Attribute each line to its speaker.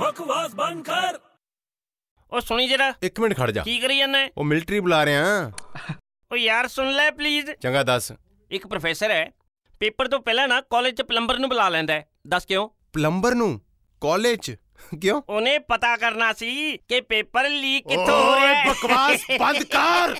Speaker 1: ਬਕਵਾਸ ਬੰਦ ਕਰ
Speaker 2: ਉਹ ਸੁਣੀ ਜਰਾ
Speaker 3: ਇੱਕ ਮਿੰਟ ਖੜ ਜਾ
Speaker 2: ਕੀ ਕਰੀ ਜਾਂਦਾ
Speaker 3: ਉਹ ਮਿਲਟਰੀ ਬੁਲਾ ਰਿਹਾ
Speaker 2: ਉਹ ਯਾਰ ਸੁਣ ਲੈ ਪਲੀਜ਼
Speaker 3: ਚੰਗਾ ਦੱਸ
Speaker 2: ਇੱਕ ਪ੍ਰੋਫੈਸਰ ਹੈ ਪੇਪਰ ਤੋਂ ਪਹਿਲਾਂ ਨਾ ਕਾਲਜ 'ਚ ਪਲੰਬਰ ਨੂੰ ਬੁਲਾ ਲੈਂਦਾ ਹੈ ਦੱਸ ਕਿਉਂ
Speaker 3: ਪਲੰਬਰ ਨੂੰ ਕਾਲਜ ਕਿਉਂ
Speaker 2: ਉਹਨੇ ਪਤਾ ਕਰਨਾ ਸੀ ਕਿ ਪੇਪਰ ਲੀਕ ਕਿੱਥੋਂ ਹੋ ਰਿਹਾ ਹੈ
Speaker 3: ਬਕਵਾਸ ਬੰਦ ਕਰ